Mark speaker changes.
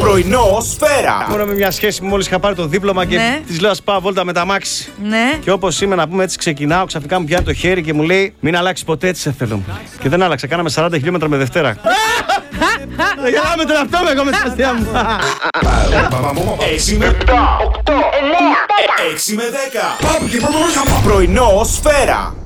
Speaker 1: Πρωινό σφαίρα.
Speaker 2: Ήμουν με μια σχέση που μόλις είχα πάρει το δίπλωμα και
Speaker 3: Ναι.
Speaker 2: της λέω: Ας πάω βόλτα με τα μάξι.
Speaker 3: Ναι.
Speaker 2: Και όπως είμαι να πούμε έτσι, ξεκινάω, ξαφνικά μου πιάνει το χέρι και μου λέει: Μην αλλάξεις ποτέ έτσι σε θέλω. Και δεν άλλαξα. Κάναμε 40 χιλιόμετρα με Δευτέρα. Γελάμε τον αυτό με εγώ με τη αστεία μου.
Speaker 1: 6 με 8. 8. 9. 6 με 10. Πρωινό σφαίρα.